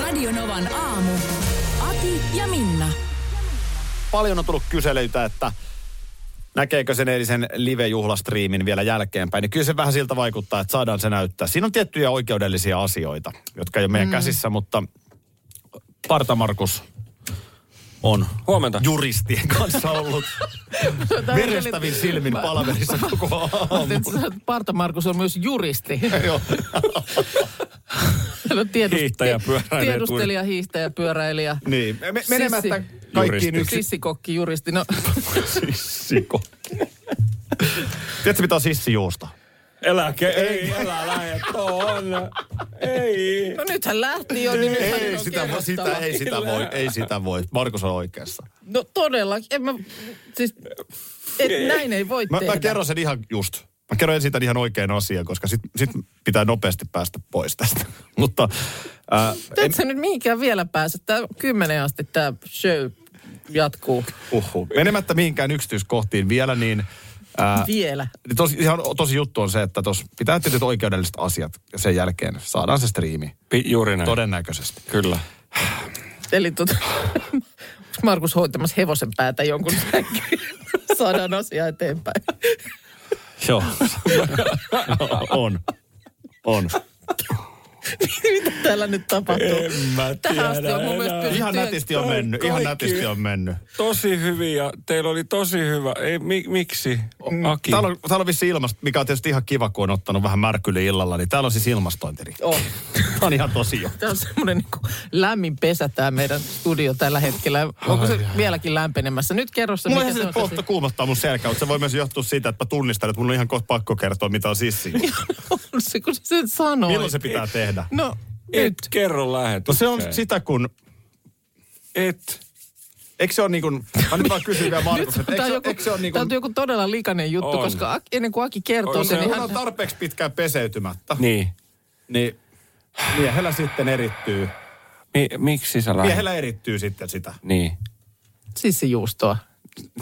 Radionovan aamu. Ati ja Minna. Paljon on tullut kyselyitä, että näkeekö sen eilisen live-juhlastriimin vielä jälkeenpäin. Niin kyllä se vähän siltä vaikuttaa, että saadaan se näyttää. Siinä on tiettyjä oikeudellisia asioita, jotka ei ole meidän mm. käsissä, mutta Parta Markus on Huomenta. juristien kanssa ollut verestävin silmin palaverissa koko aamu. Parta Markus on myös juristi. Joo. Hän on tiedust- Hiihtäjä, pyöräilijä, Tiedustelija, hiihtäjä, pyöräilijä. Niin, me- me- Sissi. menemättä kaikkiin Juristi. yksi. Sissikokki, juristi. No, Sissikko. Tiedätkö, mitä on sissijuusto? Äläkä, ei, älä lähde tuonne. Ei. no nythän lähti jo, niin nythän Niin. Ei on sitä, voi, sitä, kerrottava. ei sitä voi, ei sitä voi. Markus on oikeassa. No todella, en mä, siis, et, näin ei voi Mä, tehdä. mä kerron sen ihan just. Mä kerron ensin tämän ihan oikean asian, koska sit, sit pitää nopeasti päästä pois tästä. Mutta äh, ää, en, Teet sä nyt mihinkään vielä pääse. Tää kymmeneen asti tää show jatkuu uhu, menemättä mihinkään yksityiskohtiin vielä, niin ää, vielä. niin tosi, ihan tosi juttu on se, että tos pitää tietyt oikeudelliset asiat ja sen jälkeen saadaan se striimi. Pi, juuri näin. Todennäköisesti. Kyllä. Eli tota, onks Markus hoitamassa hevosen päätä jonkun sänkyyn? Saadaan asia eteenpäin. Joo. No, on. On. Mitä täällä nyt tapahtuu? mä Tähän asti on mun mielestä pysytty. Ihan nätisti on mennyt. Ihan nätisti on mennyt. Tosi hyviä. Teillä oli tosi hyvä. Ei, mi, miksi? Mm, Aki. Täällä on, täällä on vissi ilmasto, mikä on tietysti ihan kiva, kun on ottanut vähän märkyli illalla, niin täällä on siis ilmastointirikki. On. Tämä on ihan tosi jo. Tämä on semmoinen niin lämmin pesä tämä meidän studio tällä hetkellä. Onko se vieläkin lämpenemässä? Nyt kerro se, Mulla mikä ihan se se on. poltto kuumottaa mun selkä, mutta se voi myös johtua siitä, että mä tunnistan, että mun on ihan kohta pakko kertoa, mitä on sissi. Niin. on se, kun sä sen sanoit. Milloin se pitää tehdä? No, Et nyt. kerro No lähetykseen. se on sitä, kun... Et. Eikö se ole niin kuin... Mä nyt vaan kysyn vielä Markus, että Nyt eikö, tämä on, se- joku, eikö se ole niin tää on kuin... joku todella likainen juttu, On. koska Aki- ennen kuin Aki kertoo On se- sen, niin Kun hän, on on tarpeeksi pitkään peseytymättä, Niin. niin miehellä sitten erittyy. Mi, miksi sä lähdet? Miehellä erittyy sitten sitä. Niin. sissijuustoa.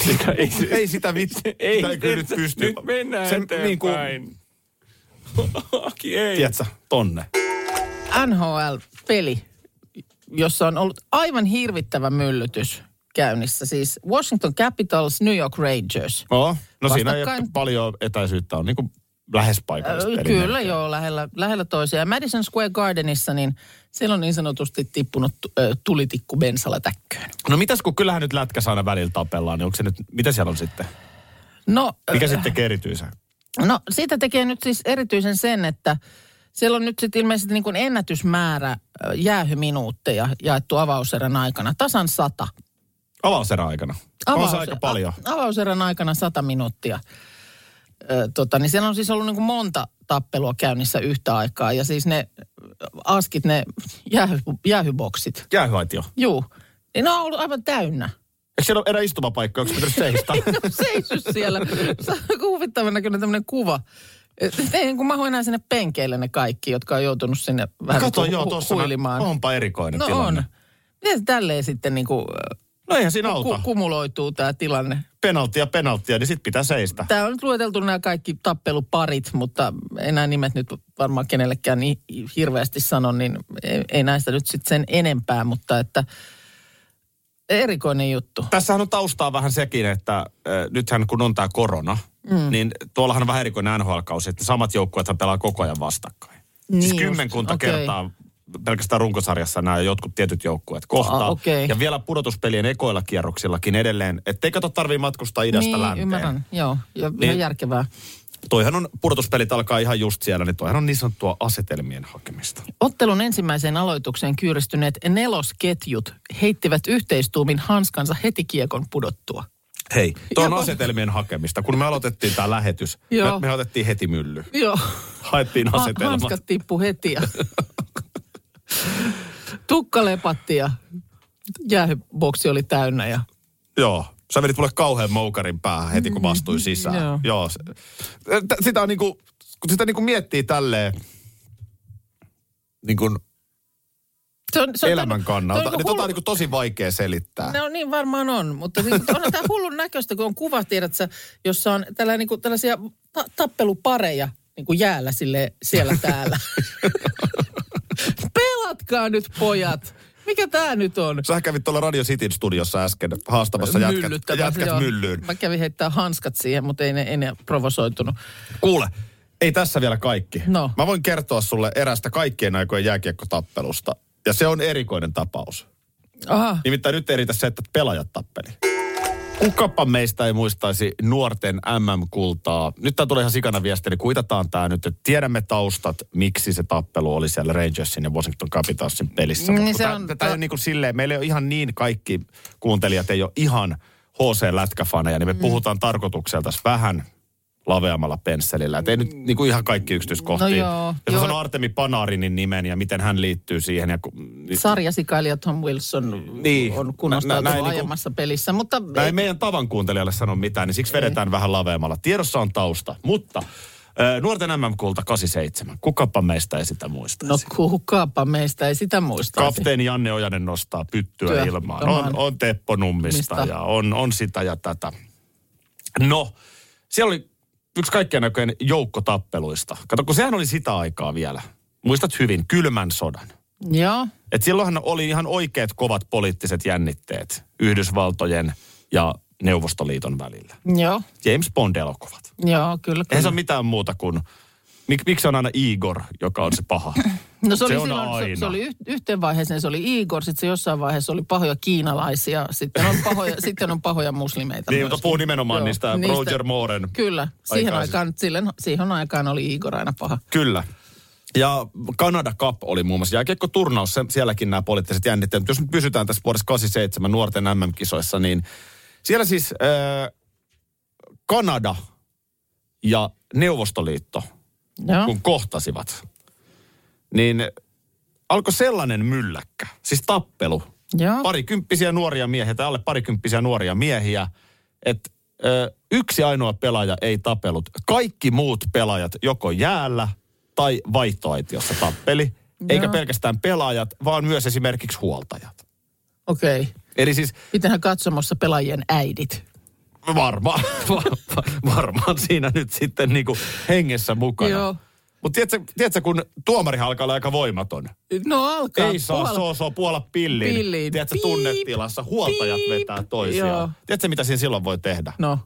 Sitä ei, Ei sitä vitsi. ei, sitä ei kyllä nyt pysty. Nyt mennään Se sen, niin kuin- eteenpäin. Aki, ei. Tiedätkö, tonne. NHL-peli, jossa on ollut aivan hirvittävä myllytys käynnissä. Siis Washington Capitals, New York Rangers. No, no siinä ei Vastakkain. ole paljon etäisyyttä on, niin kuin lähes paikallista. Äh, peliä. Kyllä joo, lähellä, lähellä toisiaan. Madison Square Gardenissa, niin siellä on niin sanotusti tippunut äh, tulitikku bensalla täkköön. No mitäs, kun kyllähän nyt lätkässä aina välillä tapellaan, niin onko se nyt, mitä siellä on sitten? No, äh, Mikä sitten tekee erityisen? No siitä tekee nyt siis erityisen sen, että siellä on nyt sitten ilmeisesti niin kuin ennätysmäärä ö, jäähyminuutteja jaettu avauserän aikana. Tasan sata. Avauserän aikana. Avaus, on se aika paljon. A, avauserän aikana sata minuuttia. Ö, tota, niin siellä on siis ollut niin kuin monta tappelua käynnissä yhtä aikaa. Ja siis ne ö, askit, ne jäähy, jäähyboksit. Jäähyvaitio. Juu. Niin ne on ollut aivan täynnä. Eikö siellä ole erä istumapaikka, onko pitänyt seistä? No seisy siellä. Se on aika huvittavan näköinen tämmöinen kuva. Et Ei niin kuin mahu enää sinne penkeille ne kaikki, jotka on joutunut sinne vähän Kato, niin kuin joo, hu- tuossa huilimaan. onpa erikoinen no tilanne. on. Miten se tälleen sitten niin kuin, No eihän siinä ku, auta. kumuloituu tämä tilanne? Penaltia, penaltia, niin sit pitää seistä. Tämä on nyt lueteltu nämä kaikki tappeluparit, mutta enää nimet nyt varmaan kenellekään niin hirveästi sano, niin ei, ei näistä nyt sitten sen enempää, mutta että erikoinen juttu. Tässähän on taustaa vähän sekin, että äh, nythän kun on tämä korona, mm. niin tuollahan on vähän erikoinen NHL-kausi, että samat joukkueethan pelaa koko ajan vastakkain. Niin siis Niin kymmenkunta just, okay. okei. kertaa pelkästään runkosarjassa nämä jotkut tietyt joukkueet kohtaa. Aa, Ah, okei. Ja vielä pudotuspelien ekoilla kierroksillakin edelleen, ettei kato tarvii matkustaa idästä niin, länteen. ymmärrän, joo. Ja niin. Niin. ihan järkevää. Toihan on, pudotuspelit alkaa ihan just siellä, niin toihan on niin sanottua asetelmien hakemista. Ottelun ensimmäiseen aloitukseen kyyristyneet nelosketjut heittivät yhteistuumin hanskansa heti kiekon pudottua. Hei, toi on Joo. asetelmien hakemista. Kun me aloitettiin tämä lähetys, Joo. me, me otettiin heti mylly. Joo. Haettiin Ha- asetelmat. hanskat tippu heti ja tukka lepatti ja jäähyboksi oli täynnä. Ja... Joo. Sä vedit mulle kauhean moukarin päähän heti, kun vastuin sisään. Mm. Joo. Joo. se- T- Sitä on niinku, kun sitä niinku miettii tälleen, niin kuin Se on, se on elämän tainnut- kannalta, toi niin on niinku tota on hullu- niinku tosi vaikea selittää. No niin varmaan on, mutta niin, mutta onhan tämä hullun näköistä, kun on kuva, tiedätkö, jossa on tällä, niin kuin, tällaisia ta- tappelupareja niin kuin jäällä sille, siellä täällä. Pelatkaa nyt pojat! Mikä tämä nyt on? Sä kävit tuolla Radio Cityn studiossa äsken haastamassa jätkät, Myllyttämässä, jätkät joo. myllyyn. Mä kävin heittää hanskat siihen, mutta ei ne, ei ne provosoitunut. Kuule, ei tässä vielä kaikki. No. Mä voin kertoa sulle erästä kaikkien aikojen jääkiekkotappelusta. Ja se on erikoinen tapaus. Aha, Nimittäin nyt ei riitä se, että pelaajat tappeli. Kukapa meistä ei muistaisi nuorten MM-kultaa. Nyt tää tulee ihan sikana viesti, eli kuitataan tää nyt, että tiedämme taustat, miksi se tappelu oli siellä Rangersin ja Washington Capitalsin pelissä. Niin Mut kun se tää, on- Tätä ei ole niin kuin silleen, meillä ei ole ihan niin kaikki kuuntelijat, ei ole ihan HC-lätkäfaneja, niin me mm. puhutaan tarkoituksella tässä vähän laveammalla pensselillä. Et ei nyt niin kuin ihan kaikki yksityiskohtia. Mm. No joo, Jos mä joo. sanon Artemi Panarinin nimen ja miten hän liittyy siihen. Ja, ku- niin- sarjasikailija Tom Wilson Niin. niin. on Nä- nä- kunnostautunut näin niinku- aiemmassa pelissä, mutta Näin ei meidän tavan kuuntelijalle sano mitään, niin siksi vedetään vähän laveammalla. Tiedossa on tausta, mutta äh, nuorten MM-kulta 87. Kukapa meistä ei sitä muistaisi. no kukaapa meistä ei sitä muistaisi. Kapteeni Janne Ojanen nostaa pyttyä Työ, ilmaan. come on. On, on Teppo Nummista Mista? ja on, on sitä ja tätä. No, siellä oli yksi kaikkien näköinen joukko tappeluista. Kato, kun sehän oli sitä aikaa vielä. Muistat hyvin, kylmän sodan. Joo. Et silloinhan oli ihan oikeat kovat poliittiset jännitteet Yhdysvaltojen ja Neuvostoliiton välillä. Joo, James Bond-elokuvat. joo, kyllä. Eihän kyllä. se ole mitään muuta kuin, mik, miksi on aina Igor, joka on se paha? No se oli, Se se on silloin, aina. se, se oli yh, yhteen vaiheeseen, se oli Igor, sitten se jossain vaiheessa oli pahoja kiinalaisia, sitten on pahoja, sitten on pahoja muslimeita. niin, mutta myöskin. puhuu nimenomaan Joo, niistä, niistä- Roger Mooren. Kyllä, siihen Aikaa aikaan, silloin, siihen aikaan oli Igor aina paha. Kyllä. Ja Kanada Cup oli muun muassa jääkiekko turnaus, sielläkin nämä poliittiset jännitteet. Mutta jos me pysytään tässä vuodessa 87 nuorten MM-kisoissa, niin siellä siis äh, Kanada ja Neuvostoliitto, Joo. kun kohtasivat, niin alkoi sellainen mylläkkä, siis tappelu, Joo. Mm. parikymppisiä nuoria miehiä tai alle parikymppisiä nuoria miehiä, että ö, yksi ainoa pelaaja ei tapellut. Kaikki muut pelaajat joko jäällä tai vaihtoaitiossa tappeli, eikä Joo. pelkästään pelaajat, vaan myös esimerkiksi huoltajat. Okei. Okay. Eli siis Pitähän katsomossa pelaajien äidit. varmaan varmaan siinä nyt sitten niinku hengessä mukana. Joo. Mutta tiedätkö, tiedätkö, kun tuomari alkaa olla aika voimaton. No alkaa. Ei saa puol- soosoo puolla pillin. Pillin. Tiedätkö, Piip. tunnetilassa huoltajat Piip. vetää toisiaan. Joo. Tiedätkö, mitä siinä silloin voi tehdä? No.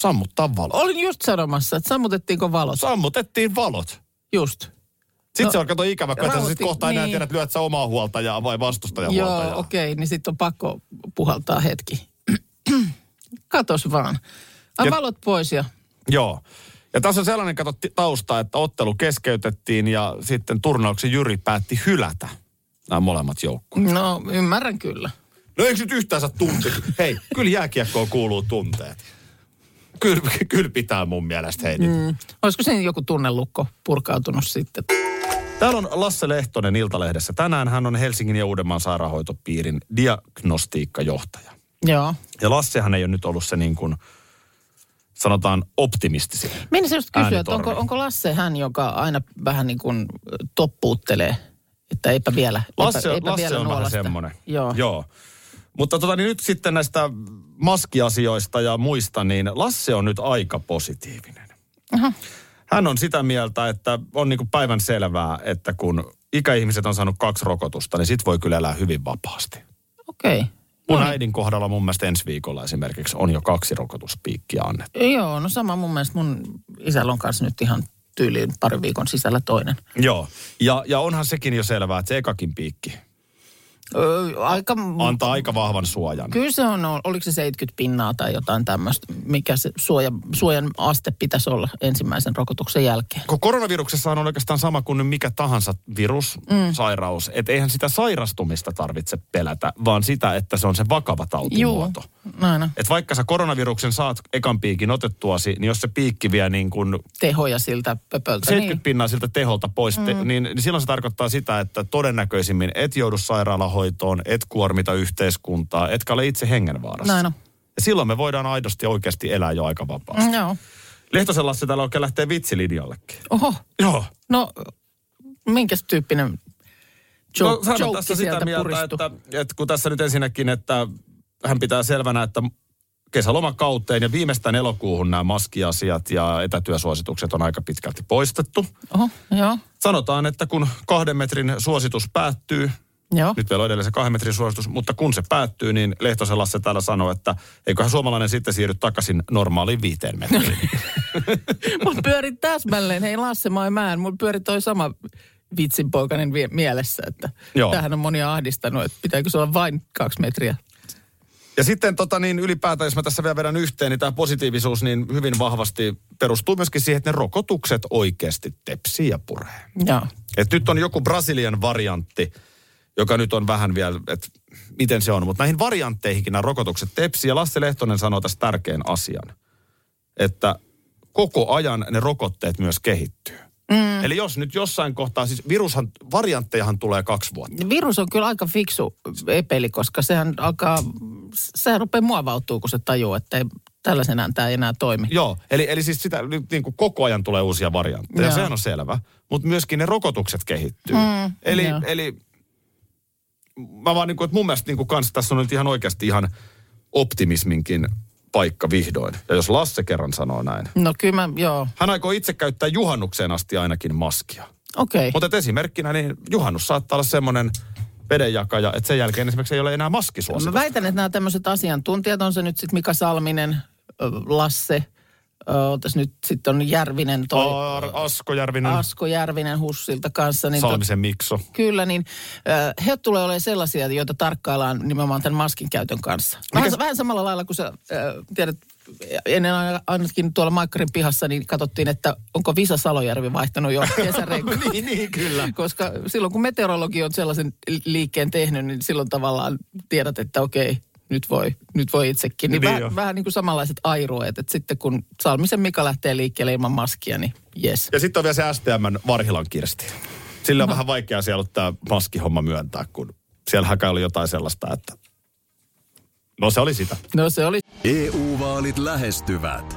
Sammuttaa valot. Olin just sanomassa, että sammutettiinko valot. Sammutettiin valot. just. Sitten No, se on kato ikävä, kun et sä sit rauhoitti- kohta enää niin. tiedät, lyöt sä omaa huoltajaa vai vastustajan huoltajaa. Joo, okei, okay, niin sitten on pakko puhaltaa hetki. Katos vaan. Ai, Ja- valot pois ja... Joo. Ja tässä on sellainen kato ti- tausta, että ottelu keskeytettiin ja sitten turnauksen jyri päätti hylätä nämä molemmat joukkueet. No, ymmärrän kyllä. No eikö nyt yhtään saa tunte? Hei, kyllä jääkiekkoon kuuluu tunteet. Kyllä, kyllä pitää mun mielestä, hei. Mm. Olisiko siinä joku tunnelukko purkautunut sitten? Täällä on Lasse Lehtonen Iltalehdessä. Tänään hän on Helsingin ja Uudenmaan sairaanhoitopiirin diagnostiikkajohtaja. Joo. Ja Lassehan ei ole nyt ollut se niin kuin, sanotaan optimistisin. Meni se just kysyä, että onko, Äänitorvi. onko Lasse hän, joka aina vähän niin kuin toppuuttelee, että eipä vielä, Lasse, eipä, eipä Lasse vielä on vähän nuolasta. semmoinen. Joo. Joo. Joo. Mutta tota, niin nyt sitten näistä maskiasioista ja muista, niin Lasse on nyt aika positiivinen. Hän on sitä mieltä, että on niin päivän selvää, että kun ikäihmiset on saanut kaksi rokotusta, niin sit voi kyllä elää hyvin vapaasti. Okei. Mun äidin kohdalla mun mielestä ensi viikolla esimerkiksi on jo kaksi rokotuspiikkiä annettu. Joo, no sama mun mielestä mun isällä on kanssa nyt ihan tyyliin pari viikon sisällä toinen. Joo. Ja, ja onhan sekin jo selvää, että se ekakin piikki Öö, aika... antaa aika vahvan suojan. Kyllä se on, ollut- oliko se 70 pinnaa tai jotain tämmöistä, mikä se suoja, suojan aste pitäisi olla ensimmäisen rokotuksen jälkeen. Kun koronaviruksessa on oikeastaan sama kuin nyt mikä tahansa virus, mm. sairaus. Että eihän sitä sairastumista tarvitse pelätä, vaan sitä, että se on se vakava tautimuoto. No, no. Et vaikka sä koronaviruksen saat ekan piikin otettuasi, niin jos se piikki vie niin kuin Tehoja siltä pöpöltä. 70 Niin. Mm. pinnaa siltä teholta pois, te, niin, niin silloin se tarkoittaa sitä, että todennäköisimmin et joudu sairaalahoitoon, et kuormita yhteiskuntaa, etkä ole itse hengenvaarassa. Näin on. Ja silloin me voidaan aidosti ja oikeasti elää jo aika vapaasti. Mm, Joo. Lehtosen Lassi täällä oikein lähtee vitsilinjallekin. Oho. Joo. No, minkäs tyyppinen jo- no, hän on joke No, tässä sitä sieltä mieltä, puristui? että, että kun tässä nyt ensinnäkin, että hän pitää selvänä, että kesälomakauteen ja viimeistään elokuuhun nämä maskiasiat ja etätyösuositukset on aika pitkälti poistettu. Oho, joo. Sanotaan, että kun kahden metrin suositus päättyy, Joo. nyt vielä on edelleen se kahden metrin suositus, mutta kun se päättyy, niin Lehtosen Lasse täällä sanoo, että eiköhän suomalainen sitten siirry takaisin normaaliin viiteen metriin. Mulla pyöri täsmälleen, hei Lasse, mä en mä en. Mulla pyöri toi sama vitsinpoikainen vie- mielessä, että Joo. Joo. tämähän on monia ahdistanut, että pitääkö se olla vain kaksi metriä. Ja sitten tota, niin ylipäätään, jos mä tässä vielä vedän yhteen, niin tämä positiivisuus niin hyvin vahvasti perustuu myöskin siihen, että ne rokotukset oikeasti tepsii ja puree. Joo. Et nyt on joku Brasilian variantti, joka nyt on vähän vielä, että miten se on. Mutta näihin variantteihinkin nämä rokotukset tepsi. Ja Lasse Lehtonen sanoo tässä tärkeän asian, että koko ajan ne rokotteet myös kehittyy. Mm. Eli jos nyt jossain kohtaa, siis virushan, varianttejahan tulee kaksi vuotta. Virus on kyllä aika fiksu epeli, koska sehän alkaa, sehän rupeaa muovautuu, kun se tajuu, että ei, tällaisenään tämä ei enää toimi. Joo, eli, eli siis sitä nyt niin kuin koko ajan tulee uusia variantteja, Joo. sehän on selvä. Mutta myöskin ne rokotukset kehittyy. Mm, eli, joo. eli mä vaan niin kuin, että mun mielestä niin kuin kans tässä on nyt ihan oikeasti ihan optimisminkin paikka vihdoin. Ja jos Lasse kerran sanoo näin. No kyllä mä, joo, Hän aikoo itse käyttää juhannukseen asti ainakin maskia. okei. Mutta esimerkkinä niin juhannus saattaa olla semmoinen vedenjakaja, että sen jälkeen esimerkiksi ei ole enää Mä maskisuositusta. väitän, että nämä tämmöiset asiantuntijat, on se nyt sitten Mika Salminen, ö, Lasse, Otas nyt sitten on Järvinen, toi Ar- Asko Järvinen, Asko Järvinen Hussilta kanssa. Niin tot- Salmisen Mikso. Kyllä, niin ö, he tulee olemaan sellaisia, joita tarkkaillaan nimenomaan tämän maskin käytön kanssa. Vähän, Mikäs- vähän samalla lailla kuin sä ö, tiedät, ennen aina- ainakin tuolla Maikkarin pihassa, niin katsottiin, että onko Visa Salojärvi vaihtanut jo kesärenkaan. Niin, niin, kyllä. Koska silloin kun meteorologi on sellaisen li- liikkeen tehnyt, niin silloin tavallaan tiedät, että okei, nyt voi, nyt voi itsekin. Niin Niin vähän, jo. vähän niin kuin samanlaiset airueet, että sitten kun Salmisen Mika lähtee liikkeelle ilman maskia, niin jes. Ja sitten on vielä se STMn Varhilan Kirsti. Sillä on vähän vaikea siellä tämä maskihomma myöntää, kun siellähän kai oli jotain sellaista, että... No se oli sitä. No se oli EU-vaalit E lähestyvät.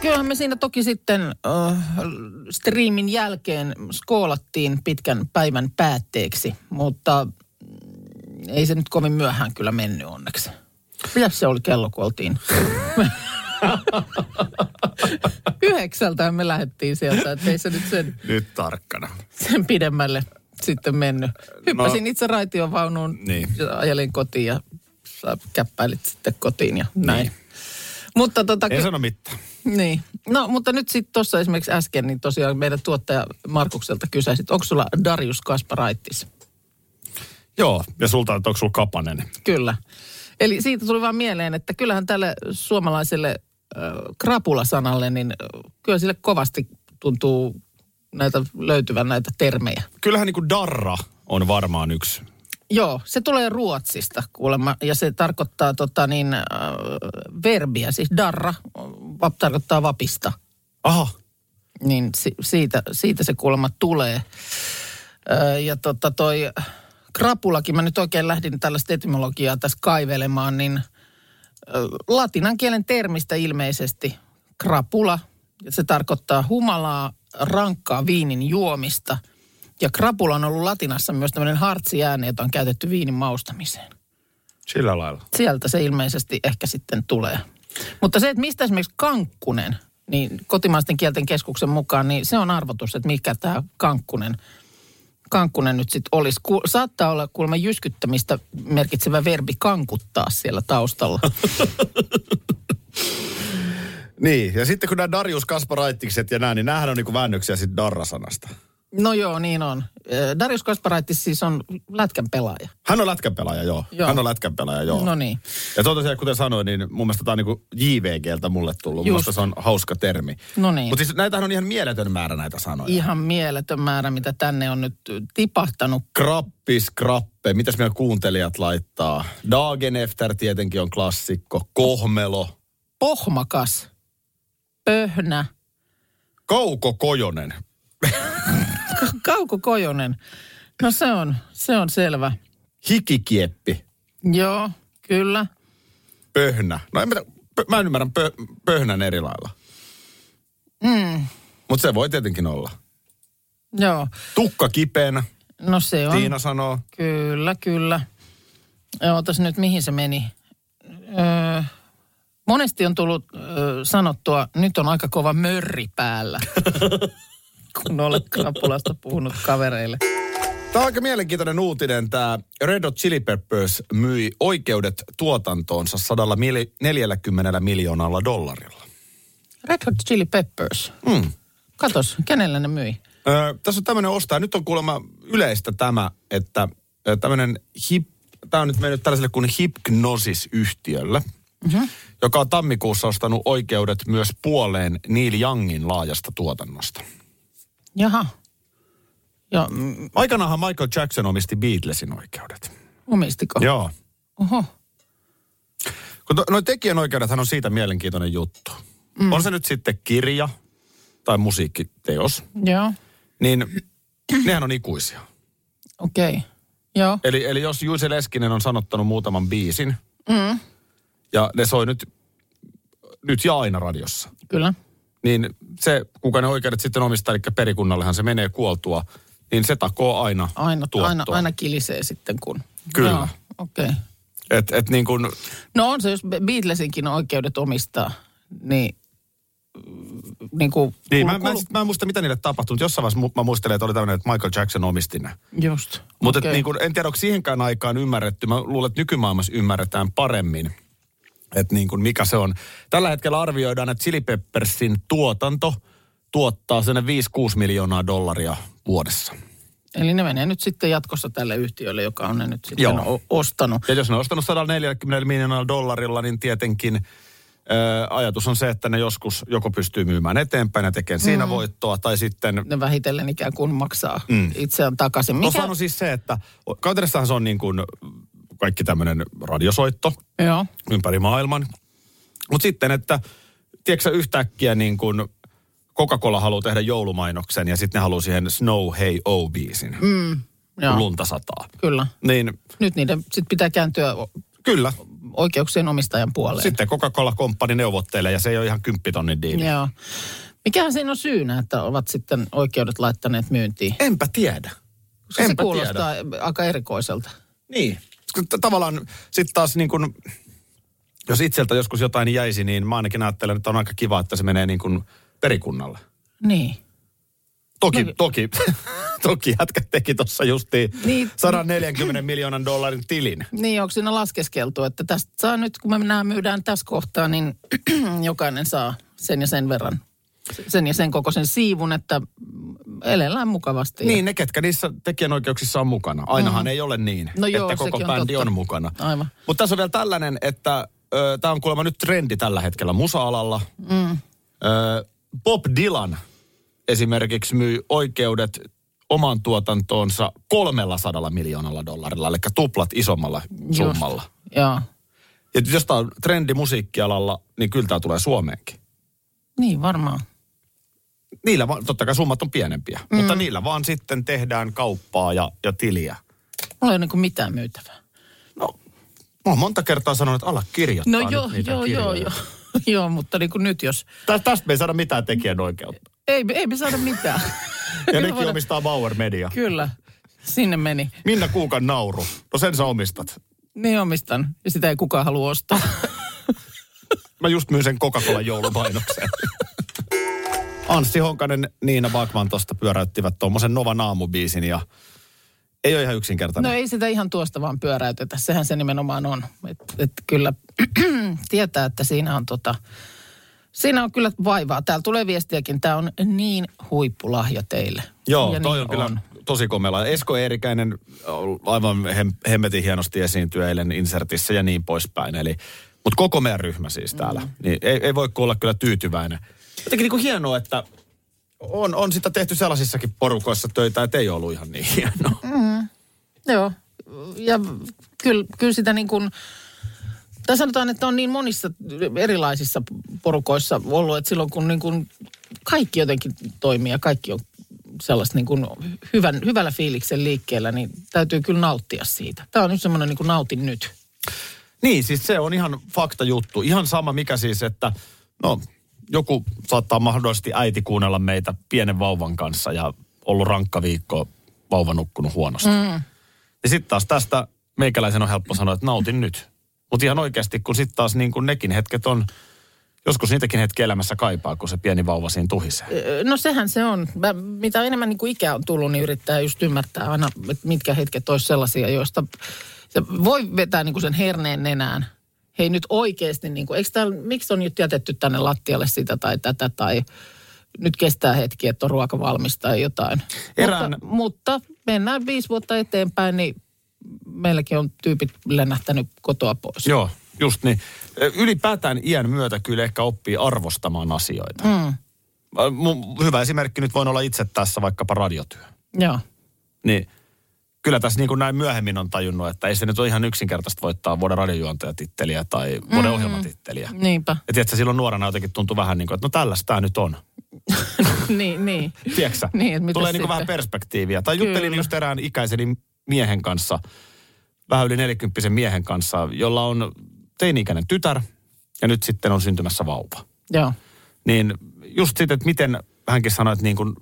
Kyllähän me siinä toki sitten äh, striimin jälkeen skoolattiin pitkän päivän päätteeksi, mutta mm, ei se nyt kovin myöhään kyllä mennyt onneksi. Mitä se oli kello, kun oltiin? Yhdeksältähän me lähdettiin sieltä, että ei se nyt sen, Nyt tarkkana. sen pidemmälle sitten mennyt. Hyppäsin itse raitiovaunuun, Niin. No- niin. ajelin kotiin ja sä käppäilit sitten kotiin ja näin. Niin. Mutta tota, Ei ky- sano mitään. niin. No, mutta nyt sitten tuossa esimerkiksi äsken, niin tosiaan meidän tuottaja Markukselta kysäisit, onko sulla Darius Kasparaitis? Joo, ja sulta, että onko sulla kapanen. Kyllä. Eli siitä tuli vaan mieleen, että kyllähän tälle suomalaiselle äh, krapula-sanalle, niin äh, kyllä sille kovasti tuntuu näitä löytyvän näitä termejä. Kyllähän niin kuin darra on niinku varmaan yksi Joo, se tulee Ruotsista kuulemma ja se tarkoittaa tota niin, äh, verbiä, siis darra va, tarkoittaa vapista. Aha, Niin si, siitä, siitä se kuulemma tulee. Äh, ja tota toi krapulakin, mä nyt oikein lähdin tällaista etymologiaa tässä kaivelemaan, niin äh, latinan kielen termistä ilmeisesti krapula. Ja Se tarkoittaa humalaa, rankkaa viinin juomista. Ja krapula on ollut latinassa myös tämmöinen hartsiääni, jota on käytetty viinin maustamiseen. sillä lailla. Sieltä se ilmeisesti ehkä sitten tulee. Mutta se, että mistä esimerkiksi kankkunen, niin kotimaisten kielten keskuksen mukaan, niin se on arvotus, että mikä tämä kankkunen, kankkunen nyt sitten olisi. Ku, saattaa olla kuulemma jyskyttämistä merkitsevä verbi kankuttaa siellä taustalla. Niin, ja sitten kun nämä Darius Kasparaitikset ja nämä, niin nämähän on niinku väännöksiä sitten Darra-sanasta. No joo, niin on. Ö, Darius Kasparaitis siis on lätkän pelaaja. Hän on lätkänpelaaja, joo. joo. Joo. Hän on lätkänpelaaja, joo. No niin. Ja tuo tosiaan, kuten sanoin, niin mun mielestä tämä on niinku JVGltä mulle tullut. Mun Just. mielestä se on hauska termi. No niin. Mutta siis näitähän on ihan mieletön määrä näitä sanoja. Ihan mieletön määrä, mitä tänne on nyt tipahtanut. Krappis, krappe, mitäs meidän kuuntelijat laittaa? Dagenefter tietenkin on klassikko, kohmelo, Pohmakas, pöhnä, Kauko Kojonen. Kauko Kojonen. No se on, se on selvä. Hikikieppi, Joo, kyllä. pöhnä. No en mä, pö, mä en ymmärrä pö, pöhnän eri lailla. Mm, Mutta se voi tietenkin olla. joo, Tukka kipeänä, no se on. Tiina sanoo. Kyllä, kyllä. Ootas nyt, mihin se meni. Öö, monesti on tullut öö, sanottua, nyt on aika kova mörri päällä. kun olet krapulasta puhunut kavereille. Tämä on aika mielenkiintoinen uutinen. Tämä Red Hot Chili Peppers myi oikeudet tuotantoonsa 140 miljoonalla dollarilla. Red Hot Chili Peppers. Mm. Katos, kenellä ne myi? Öö, tässä on tämmöinen ostaja. Nyt on kuulemma yleistä tämä, että ö, tämmöinen hip, tämä on nyt mennyt tällaiselle kuin Hypnosis-yhtiölle, mm-hmm. joka on tammikuussa ostanut oikeudet myös puoleen Neil Youngin laajasta tuotannosta. Jaha. Ja mm, Aikanaanhan Michael Jackson omisti Beatlesin oikeudet. omistiko? Joo. Oho. Kun to, noi tekijänoikeudethan on siitä mielenkiintoinen juttu. Mm. On se nyt sitten kirja tai musiikkiteos, Joo, niin nehän on ikuisia. okei. Okay. Joo, Eli, eli jos Juise Leskinen on sanottanut muutaman biisin, mm. ja ne soi nyt, nyt ja aina radiossa, kyllä. niin se, kuka ne oikeudet sitten omistaa, eli perikunnallehan se menee kuoltua, niin se takoo aina Aina, tuottoa. aina, aina kilisee sitten kun. Kyllä. Joo, Okei. Okay. Et, et niin kun, No on se, jos Be- Beatlesinkin oikeudet omistaa, niin niin kuin, niin, mä, mä, en- mä en muista, mitä niille tapahtui, mutta jossain vaiheessa mu- mä muistelen, että oli tämmöinen, että Michael Jackson omisti ne. Just. Mutta okay. Okei. niin kun, en tiedä, onko siihenkään aikaan ymmärretty. Mä luulen, että nykymaailmassa ymmärretään paremmin, että niin kun mikä se on. Tällä hetkellä arvioidaan, että Chili Peppersin tuotanto tuottaa sen 5-6 miljoonaa dollaria vuodessa. Eli ne menee nyt sitten jatkossa tälle yhtiölle, joka on ne nyt sitten Joo. o- ostanut. Ja jos ne on ostanut 140 miljoonaa dollarilla, niin tietenkin ö, ajatus on se, että ne joskus joko pystyy myymään eteenpäin ja tekemään siinä voittoa, tai sitten Ne vähitellen ikään kuin maksaa Mm. mm. itseään takaisin. Mikä? Mikä? on siis se, että Katerassahan se on niin kuin kaikki tämmöinen radiosoitto Joo, ympäri maailman. Mutta sitten, että tiedätkö sä, yhtäkkiä niin kuin Coca-Cola haluaa tehdä joulumainoksen ja sitten ne haluaa siihen Snow Hey Oh biisin, mm, joo. lunta sataa. kyllä. Niin Nyt niiden sit pitää kääntyä o- kyllä, oikeuksien omistajan puoleen. sitten Coca-Cola komppani neuvottelee ja se ei ole ihan kymppitonnin diili. Yeah. Joo. Mikähän siinä on syynä, että ovat sitten oikeudet laittaneet myyntiin? Enpä tiedä. Koska se Enpä kuulostaa aika erikoiselta. Niin. Koska t- Tavallaan sitten taas niin kuin, jos itseltä joskus jotain jäisi, niin mä ainakin ajattelen, että on aika kiva, että se menee niin kuin perikunnalle. Niin. Toki, No- toki, toki jätkä teki tuossa justiin niin. Niin. 140 miljoonan dollarin tilin. Niin, onko siinä laskeskeltu, että tästä saa nyt, kun me nämä myydään tässä kohtaa, niin jokainen saa sen ja sen verran, sen ja sen kokoisen siivun, että elellään mukavasti. Niin, ne ketkä niissä tekijänoikeuksissa on mukana. Ainahan mm. ei ole niin, No joo, että koko sekin on bändi on, totta. mukana. Aivan. Mutta tässä on vielä tällainen, että tämä on kuulemma nyt trendi tällä hetkellä musa-alalla. Mm. Ö, Bob Dylan esimerkiksi myy oikeudet oman tuotantoonsa 300 miljoonalla dollarilla, eli tuplat isommalla summalla. Joo. Ja jos tämä on trendi musiikkialalla, niin kyllä tämä tulee Suomeenkin. Niin varmaan. Niillä vaan, totta kai summat on pienempiä, mm. mutta niillä vaan sitten tehdään kauppaa ja, ja tiliä. Mulla ei ole niinku mitään myytävää. No, mä oon monta kertaa sanonut, että ala kirjoittaa No nyt joo, niitä joo, joo, kirjoja. joo. joo, mutta niin kuin nyt jos... Tä, tästä me ei saada mitään tekijänoikeutta. Ei, me- ei me saada mitään. Ja Kyllä nekin voidaan- omistaa Bauer Media. Kyllä, sinne meni. Minna Kuukan nauru. No sen sä omistat. Niin omistan. Ja sitä ei kukaan halua ostaa. Mä just myyn sen Coca-Cola joulupainokseen. Anssi Honkanen, Niina Bakman tuosta pyöräyttivät tuommoisen Novan aamubiisin ja ei ole ihan yksinkertainen. No ei sitä ihan tuosta vaan pyöräytetä. Sehän se nimenomaan on. Et, et kyllä tietää, että siinä on tota... Siinä on kyllä vaivaa. Täällä tulee viestiäkin. Tämä on niin huippulahja teille. Joo, Ja toi niin on kyllä tosi komela. Esko Eerikäinen on aivan hem- hemmetin hienosti esiintyi eilen insertissä ja niin poispäin. Eli, mutta koko meidän ryhmä siis täällä. Mm. Niin ei, ei voi olla kyllä tyytyväinen. Jotenkin niin kuin hienoa, että on, on sitä tehty sellaisissakin porukoissa töitä, että ei ollut ihan niin hienoa. Mm. Joo, ja kyllä, kyllä sitä niin kuin, tai sanotaan, että on niin monissa erilaisissa porukoissa ollut, että silloin kun niin kuin kaikki jotenkin toimii ja kaikki on sellaista niin kuin hyvän, hyvällä fiiliksen liikkeellä, niin täytyy kyllä nauttia siitä. Tämä on nyt semmoinen niin kuin nautin nyt. Niin, siis se on ihan fakta juttu. Ihan sama mikä siis, että no joku saattaa mahdollisesti äiti kuunnella meitä pienen vauvan kanssa ja ollut rankka viikko, vauva nukkunut huonosti. Mm. Ja sitten taas tästä meikäläisen on helppo sanoa, että nautin nyt. Mutta ihan oikeasti, kun sitten taas niin kun nekin hetket on, joskus niitäkin hetkiä elämässä kaipaa, kun se pieni vauva siinä tuhisee. Öö, No sehän se on. Mä, mitä enemmän niin kuin ikää on tullut, niin yrittää just ymmärtää aina, että mitkä hetket olisi sellaisia, joista se voi vetää niin kuin sen herneen nenään. Hei nyt oikeasti, niin kuin, eikö täällä, miksi on nyt jätetty tänne lattialle sitä tai tätä tai nyt kestää hetki, että on ruoka valmis tai jotain. Erään- Mutta, mutta mennään viisi vuotta eteenpäin, niin meilläkin on tyypit lennähtänyt kotoa pois. Joo, just niin. Ö, Ylipäätään iän myötä kyllä ehkä oppii arvostamaan asioita. Mm. Hyvä esimerkki nyt voin olla itse tässä vaikkapa radiotyö. Joo. Niin kyllä tässä niin kuin näin myöhemmin on tajunnut, että ei se nyt ole ihan yksinkertaista voittaa vuoden radiojuontajatitteliä tai vuoden mm-hmm. ohjelmatitteliä. Niinpä. Ja tiedätkö, silloin nuorena jotenkin tuntui vähän niin kuin, että no tällaista tämä nyt on. niin, niin. Tiedätkö Niin, että Tulee mitäs niin kuin sitten? vähän perspektiiviä. Tai juttelin Kyllä. just erään ikäiseni miehen kanssa, vähän yli nelikymppisen miehen kanssa, jolla on teini-ikäinen tytär ja nyt sitten on syntymässä vauva. Joo. Niin just siitä, että miten hänkin sanoi, että niin kuin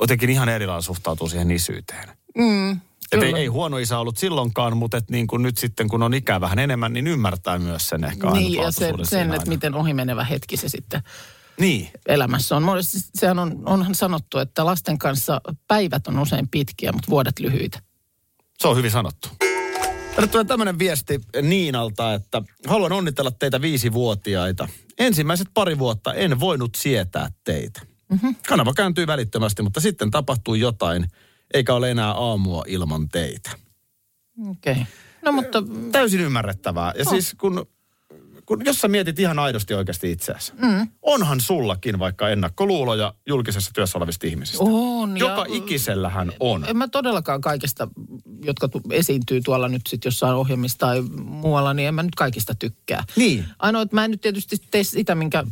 jotenkin ihan erilailla suhtautuu siihen isyyteen. Mm, Et ei, kyllä. ei huono isä ollut silloinkaan, mutta et niin kuin nyt sitten kun on ikää vähän enemmän, niin ymmärtää myös sen ehkä Niin, ja se, ainutlaatuisuuden sen, siinä että aina. miten ohimenevä hetki se sitten Niin, elämässä on. Mo- siis Sehän on, onhan sanottu, että lasten kanssa päivät on usein pitkiä, mutta vuodet lyhyitä. se on hyvin sanottu. Tänne tulee tämmöinen viesti Niinalta, että haluan onnitella teitä viisivuotiaita. Ensimmäiset pari vuotta en voinut sietää teitä. Mhm. Mm-hmm. Kanava kääntyy välittömästi, mutta sitten tapahtuu jotain, eikä ole enää aamua ilman teitä. Okei. Okay. No mutta, Täysin ymmärrettävää. Oh. Ja siis kun, kun, jos sä mietit ihan aidosti oikeasti itseäsi, mm. onhan sullakin vaikka ennakkoluuloja julkisessa työssä olevista ihmisistä. on. ja- Joka ikisellähän on. En mä todellakaan kaikista, jotka tu- esiintyy tuolla nyt sitten jossain ohjelmissa tai muualla, niin en mä nyt kaikista tykkää. Niin. Ainoa, että mä en nyt tietysti tee sitä, minkä,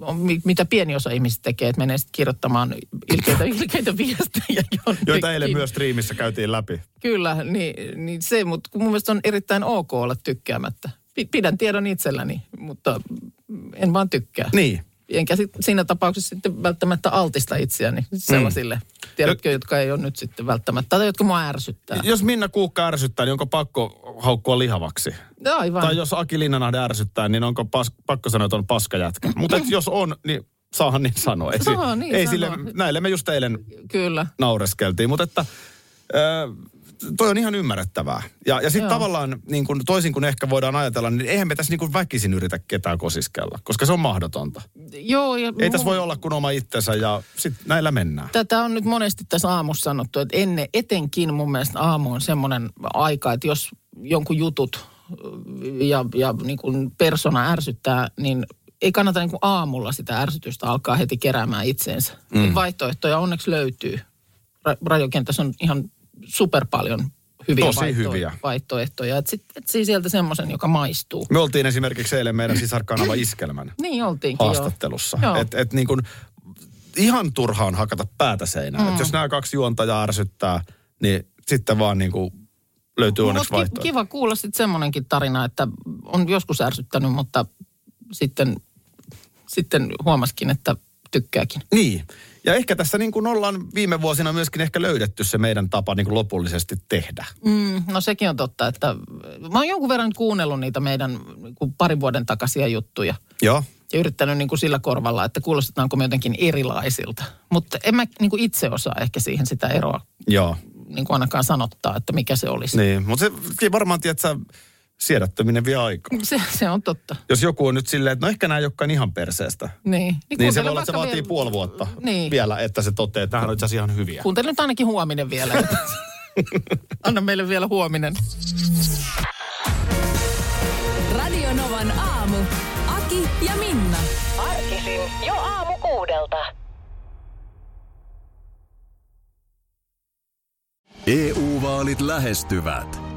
on- mi- mitä pieni osa ihmisistä tekee, että menee sitten kirjoittamaan ilkeitä, ilkeitä viestejä jonnekin. Joita eilen myös striimissä käytiin läpi. Kyllä, niin, niin se, mutta mun mielestä on erittäin ok olla tykkäämättä. Pi- Pidän tiedon itselläni, mutta en vaan tykkää. Niin. Enkä sit, siinä tapauksessa sitten välttämättä altista itseäni sellaisille, mm. tiedätkö, jotka ei ole nyt sitten välttämättä, tai jotka mua ärsyttää. Jos Minna Kuukka ärsyttää, niin onko pakko haukkua lihavaksi? Ja, aivan. Tai jos Aki Linnanahde ärsyttää, niin onko pas, pakko sanoa, että on paska jätkä? Mutta et jos on, niin saahan niin sanoa. Ei, si- Saa niin ei sanoa. sille, näille me just eilen Kyllä. naureskeltiin, mutta että ö, toi on ihan ymmärrettävää. Ja, ja sitten Joo. tavallaan niin kun, toisin kuin ehkä voidaan ajatella, niin eihän me tässä niin kun väkisin yritä ketään kosiskella, koska se on mahdotonta. Joo, ja Ei tässä voi olla kuin oma itsensä ja sitten näillä mennään. Tätä on nyt monesti tässä aamussa sanottu, että ennen, etenkin mun mielestä aamu on semmoinen aika, että jos jonkun jutut ja, ja niin kuin persona ärsyttää, niin ei kannata niin kuin aamulla sitä ärsytystä alkaa heti keräämään itseensä. Mm. Vaihtoehtoja onneksi löytyy. ra- rajokentässä on ihan super paljon hyviä, Tosi vaihtoehtoja, hyviä. vaihtoehtoja. Että sitten etsii siis sieltä semmoisen, joka maistuu. Me oltiin esimerkiksi eilen meidän sisarkanava Iskelmän Niin oltiinkin haastattelussa. Joo. Et, et niin kuin, ihan turhaan hakata päätä seinään. Mm. Et jos nämä kaksi juontajaa ärsyttää, niin sitten vaan niin kuin löytyy Joo. onneksi Mutta ki- vaihtoehto. kiva kuulla sitten semmoinenkin tarina, että on joskus ärsyttänyt, mutta sitten, sitten huomaskin, että tykkääkin. Niin. Ja ehkä tässä niin kuin ollaan viime vuosina myöskin ehkä löydetty se meidän tapa niin kuin lopullisesti tehdä. Mm, no sekin on totta, että mä oon jonkun verran kuunnellut niitä meidän niin kuin parin vuoden takaisia juttuja. Joo. ja yrittänyt niin kuin sillä korvalla, että kuulostetaanko me jotenkin erilaisilta. Mutta en mä niin kuin itse osaa ehkä siihen sitä eroa Joo. niin kuin ainakaan sanottaa, että mikä se olisi. Niin, mutta se varmaan, tiedät sä, siedättäminen vie aikaa. Se, se on totta. Jos joku on nyt silleen, että no ehkä nämä ei olekaan ihan perseestä. Niin, Niin se kuuntele voi olla, että se vaikka vaatii vielä- puoli vuotta Niin. vielä, että se toteaa, että tämähän on itse asiassa ihan hyviä. Kuuntele nyt ainakin huominen vielä. Anna meille vielä huominen. Radio Novan aamu. Aki ja Minna. Arkisin jo aamu kuudelta. EU-vaalit E lähestyvät.